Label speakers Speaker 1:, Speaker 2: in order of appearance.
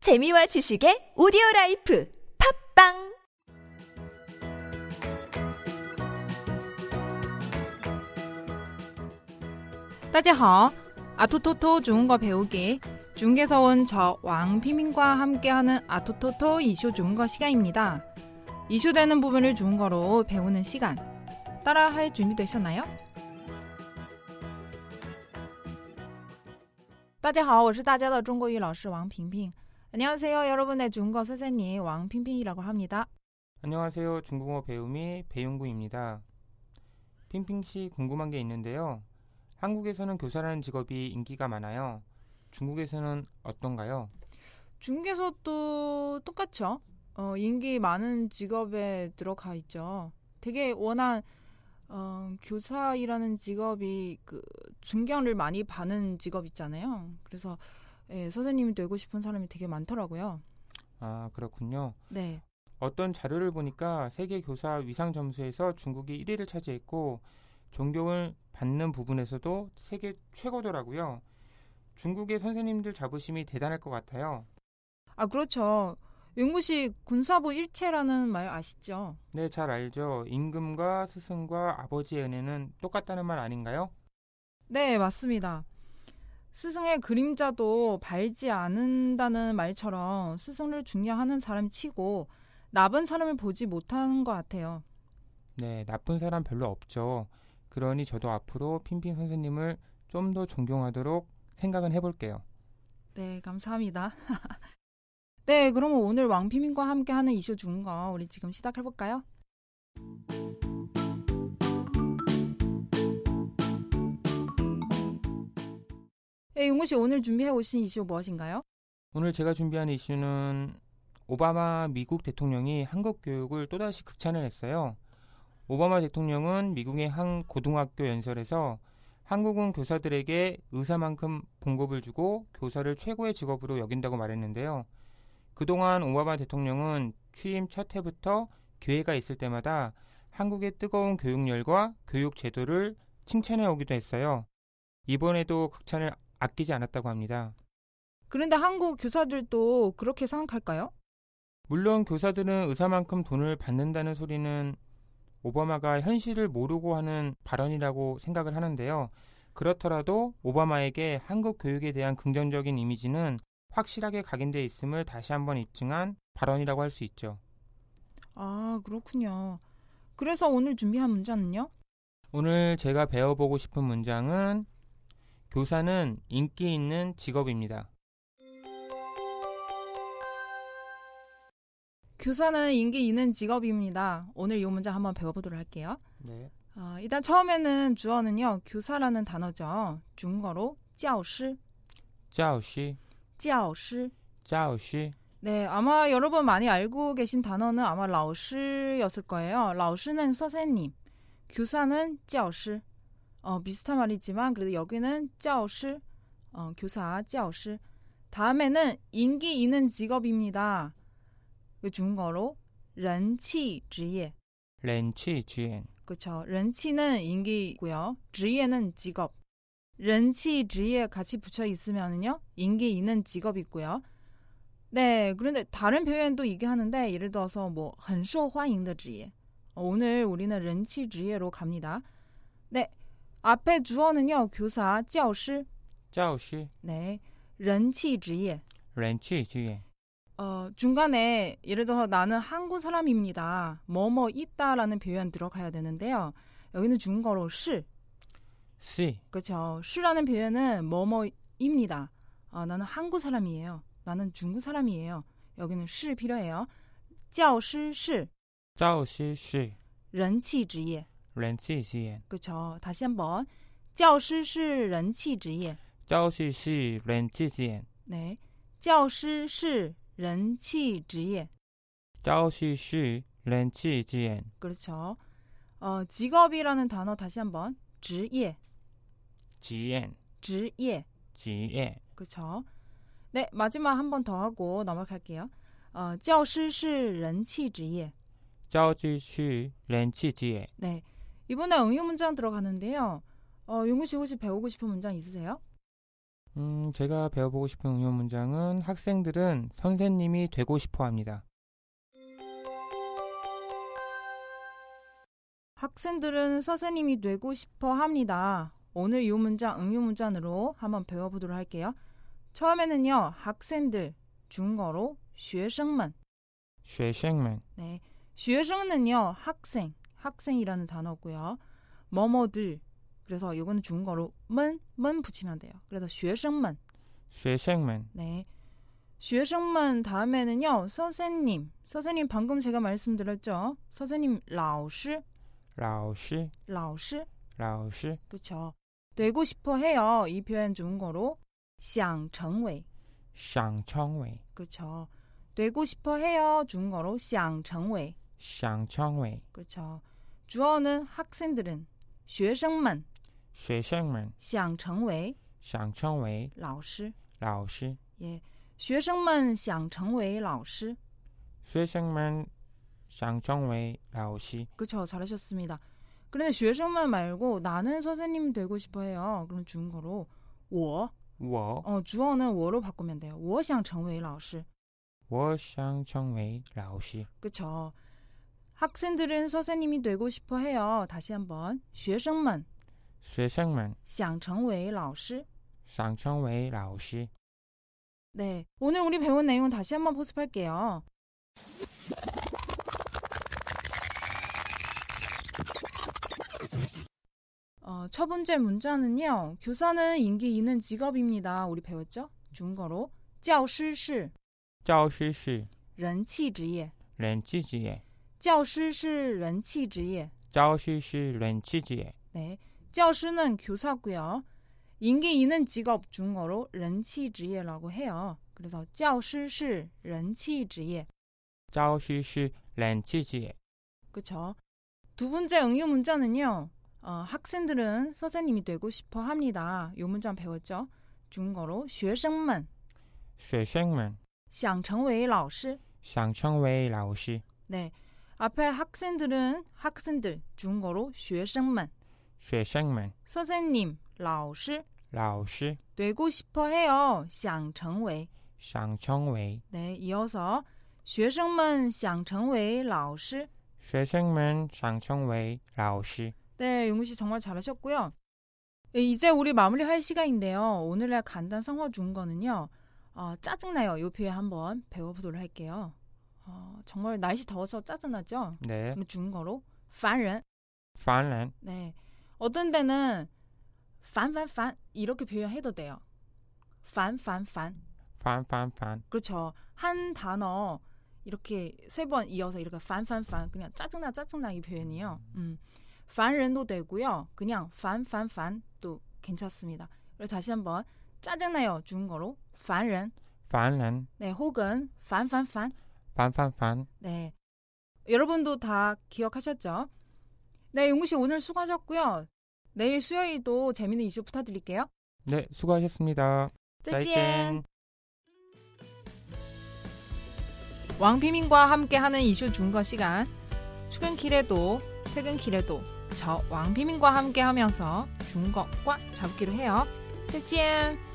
Speaker 1: 재미와 지식의 오디오 라이프 팝빵
Speaker 2: 따지하 아토토토 중국어 배우기 중국에서 온 저 왕피민과 함께하는 아토토토 이슈 중국어 시간입니다. 이슈되는 부분을 중국어로 배우는 시간 따라할 준비되셨나요? 大家好,我是大家的中国语老师王萍萍. 안녕하세요, 여러분의 중국어 선생님 왕핑핑이라고 합니다.
Speaker 3: 안녕하세요. 중국어 배움이 배용구입니다. 핑핑 씨 궁금한 게 있는데요. 한국에서는 교사라는 직업이 인기가 많아요. 중국에서는 어떤가요?
Speaker 2: 중국에서도 똑같죠. 어, 인기 많은 직업에 들어가 있죠. 되게 워낙 어, 교사이라는 직업이 그 존경을 많이 받는 직업 있잖아요. 그래서 예, 선생님이 되고 싶은 사람이 되게 많더라고요.
Speaker 3: 아, 그렇군요.
Speaker 2: 네.
Speaker 3: 어떤 자료를 보니까 세계 교사 위상 점수에서 중국이 1위를 차지했고 존경을 받는 부분에서도 세계 최고더라고요. 중국의 선생님들 자부심이 대단할 것 같아요.
Speaker 2: 아 그렇죠. 영구 씨 군사부 일체라는 말 아시죠?
Speaker 3: 네, 잘 알죠. 임금과 스승과 아버지의 은혜는 똑같다는 말 아닌가요?
Speaker 2: 네, 맞습니다. 스승의 그림자도 밟지 않는다는 말처럼 스승을 중요하는 사람 치고 나쁜 사람을 보지 못하는 것 같아요.
Speaker 3: 네, 나쁜 사람 별로 없죠. 그러니 저도 앞으로 핑핑 선생님을 좀 더 존경하도록 생각은 해볼게요.
Speaker 2: 네, 감사합니다. 네, 그러면 오늘 왕피민과 함께하는 이슈 중거 우리 지금 시작해볼까요? 네, 용구 씨 오늘 준비해 오신 이슈 무엇인가요?
Speaker 3: 오늘 제가 준비한 이슈는 오바마 미국 대통령이 한국 교육을 또다시 극찬을 했어요. 오바마 대통령은 미국의 한 고등학교 연설에서 한국은 교사들에게 의사만큼 봉급을 주고 교사를 최고의 직업으로 여긴다고 말했는데요. 그동안 오바마 대통령은 취임 첫 해부터 기회가 있을 때마다 한국의 뜨거운 교육열과 교육 제도를 칭찬해 오기도 했어요. 이번에도 극찬을 아끼지 않았다고 합니다.
Speaker 2: 그런데 한국 교사들도 그렇게 생각할까요?
Speaker 3: 물론 교사들은 의사만큼 돈을 받는다는 소리는 오바마가 현실을 모르고 하는 발언이라고 생각을 하는데요. 그렇더라도 오바마에게 한국 교육에 대한 긍정적인 이미지는 확실하게 각인돼 있음을 다시 한번 입증한 발언이라고 할 수 있죠.
Speaker 2: 아, 그렇군요. 그래서 오늘 준비한 문제는요?
Speaker 3: 오늘 제가 배워보고 싶은 문장은 교사는 인기 있는 직업입니다.
Speaker 2: 교사는 인기 있는 직업입니다. 오늘 이 문장 한번 배워보도록 할게요.
Speaker 3: 네.
Speaker 2: 아, 일단 처음에는 주어는요. 교사라는 단어죠. 중국어로 教师,
Speaker 3: 짜오씨,
Speaker 2: 教师.
Speaker 3: 짜오씨.
Speaker 2: 네, 아마 여러분 많이 알고 계신 단어는 아마 老师였을 거예요. 老师는 선생님, 교사는 教师. 어, 비슷한 말이지만 그래도 여기는 教师, 어, 교사 教师. 다음에는 인기 있는 직업입니다. 그 중국어로 人气职业.
Speaker 3: 렌치 GN.
Speaker 2: 그렇죠. 人气는 인기고요. 职业는 직업. 人气职业 같이 붙여 있으면은요. 인기 있는 직업 있고요. 네, 그런데 다른 표현도 이게 하는데 예를 들어서 뭐 很受欢迎的职业. 어, 오늘 우리는 人气职业로 갑니다. 네. 앞에 주어는요. 교사, 教师.
Speaker 3: 짜오씨,
Speaker 2: 네. 人气职业.
Speaker 3: 렌치 GN.
Speaker 2: 어, 중간에 예를 들어서 나는 한국 사람입니다. 뭐뭐 있다라는 표현 들어가야 되는데요. 여기는 중국어로 시.
Speaker 3: C.
Speaker 2: 그렇죠. 시라는 표현은 뭐뭐입니다. 어, 나는 한국 사람이에요. 나는 중국 사람이에요. 여기는 시 필요해요. 教师是
Speaker 3: 짜오씨, 씨.
Speaker 2: 人气职业.
Speaker 3: 렌치 GN.
Speaker 2: 그렇죠. 다시 한번. 教师是人气职业.
Speaker 3: 짜오씨, 씨. 렌치 GN.
Speaker 2: 네. 教师是人气职业.
Speaker 3: 짜오씨, 씨. 렌치 GN.
Speaker 2: 그렇죠. 어, 직업이라는 단어 다시 한번. 예, 职业.
Speaker 3: GN.
Speaker 2: 职业,
Speaker 3: GN.
Speaker 2: 예. 그렇죠? 네, 마지막 한 번 더 하고 넘어갈게요. 어, 教师是人气职业.
Speaker 3: 짜오씨, 씨. 렌치 GN.
Speaker 2: 네, 이번에 응용 문장 들어가는데요. 어, 용구 씨 혹시 배우고 싶은 문장 있으세요?
Speaker 3: 음, 제가 배워보고 싶은 응용 문장은 학생들은 선생님이 되고 싶어 합니다.
Speaker 2: 학생들은 선생님이 되고 싶어 합니다. 오늘 이 문장 응용 문장으로 한번 배워보도록 할게요. 처음에는요, 학생들 중거로 学生们
Speaker 3: 쉐생맨.
Speaker 2: 네, 学生은요 학생, 학생이라는 단어고요. 뭐뭐들 그래서 이거는 중거로 문,문 붙이면 돼요. 그래서 学生们
Speaker 3: 쉐생맨.
Speaker 2: 네. 学生们 다음에는요, 선생님. 선생님 방금 제가 말씀드렸죠. 선생님 老师,
Speaker 3: 라오시.
Speaker 2: 老师
Speaker 3: 라오시.
Speaker 2: 그렇죠. 되고 싶어 해요. 이 표현 좋은 거로 想成为
Speaker 3: 샹청웨이.
Speaker 2: 그렇죠. 되고 싶어 해요. 좋은 거로 想成为
Speaker 3: 샹청웨이.
Speaker 2: 그렇죠. 주어는 학생들은 学生们
Speaker 3: 쉐생맨.
Speaker 2: 想成为
Speaker 3: 샹청웨이.
Speaker 2: 老师
Speaker 3: 라오시.
Speaker 2: 예. 学生们想成为老师
Speaker 3: 쉐생맨. 샹청웨이. 라오시.
Speaker 2: 그렇죠. 잘하셨습니다. 그런데 学生们 말고 나는 선생님 되고 싶어 해요. 그럼 좋은 거로 我
Speaker 3: 워.
Speaker 2: 어, 주어는 我로 바꾸면 돼요. 我想成为老师
Speaker 3: 워 샹청웨이. 라오시.
Speaker 2: 그쵸. 학생들은 선생님이 되고 싶어 해요. 다시 한번. 学生们
Speaker 3: 쉐생맨.
Speaker 2: 想成为老师.
Speaker 3: 샹청웨이. 라오시.
Speaker 2: 네. 오늘 우리 배운 내용 다시 한번 포습할게요. 어, 첫 번째 문자는요. 교사는 인기 있는 직업입니다. 우리 배웠죠? 중거로 教师是
Speaker 3: 教师是
Speaker 2: 人气职业.
Speaker 3: 人气职业.
Speaker 2: 教师是人气职业.
Speaker 3: 教师是人气职业.
Speaker 2: 네, 教师는 교사고요. 인기 있는 직업 중어로 人气职业라고 해요. 그래서 教师是人气职业.
Speaker 3: 教师是人气职业.
Speaker 2: 그쵸? 두 번째 응용 문자는요. 어, 학생들은 선생님이 되고 싶어 합니다. 요 문장 배웠죠? 중거로 学生们
Speaker 3: 学生们
Speaker 2: 想成为老师.
Speaker 3: 想成为老师.
Speaker 2: 네. 앞에 학생들은 학생들 중거로 学生们
Speaker 3: 学生们
Speaker 2: 선생님, 老师
Speaker 3: 老师
Speaker 2: 되고 싶어 해요. 想成为
Speaker 3: 想成为
Speaker 2: 네, 이어서 学生们想成为老师.
Speaker 3: 学生们想成为老师.
Speaker 2: 네, 용우 씨 정말 잘하셨고요. 예, 이제 우리 마무리할 시간인데요. 오늘날 간단 성어 중거는요. 어, 짜증나요. 요 표현 한번 배워보도록 할게요. 어, 정말 날씨 더워서 짜증나죠?
Speaker 3: 네.
Speaker 2: 그럼 중거로 烦人.
Speaker 3: 烦人.
Speaker 2: 네, 어떤 때는 烦烦烦 이렇게 표현해도 돼요. 烦烦烦.
Speaker 3: 烦烦烦.
Speaker 2: 그렇죠. 한 단어 이렇게 세 번 이어서 이렇게 반반반 그냥 짜증나 짜증나 이 표현이요. 음. 반ren도 되고요. 그냥 반반반도 괜찮습니다. 그리고 다시 한번 짜증나요 중국어로 반ren.
Speaker 3: 烦人.
Speaker 2: 네, 혹은 반반반.
Speaker 3: 烦烦烦.
Speaker 2: 네. 여러분도 다 기억하셨죠? 네, 용구 씨 오늘 수고하셨고요. 내일 수요일도 재밌는 이슈 부탁드릴게요.
Speaker 3: 네, 수고하셨습니다.
Speaker 2: 再见. 왕피민과 함께하는 이슈 중거 시간 출근길에도 퇴근길에도 저 왕피민과 함께하면서 중거과 잡기로 해요. 짜잔!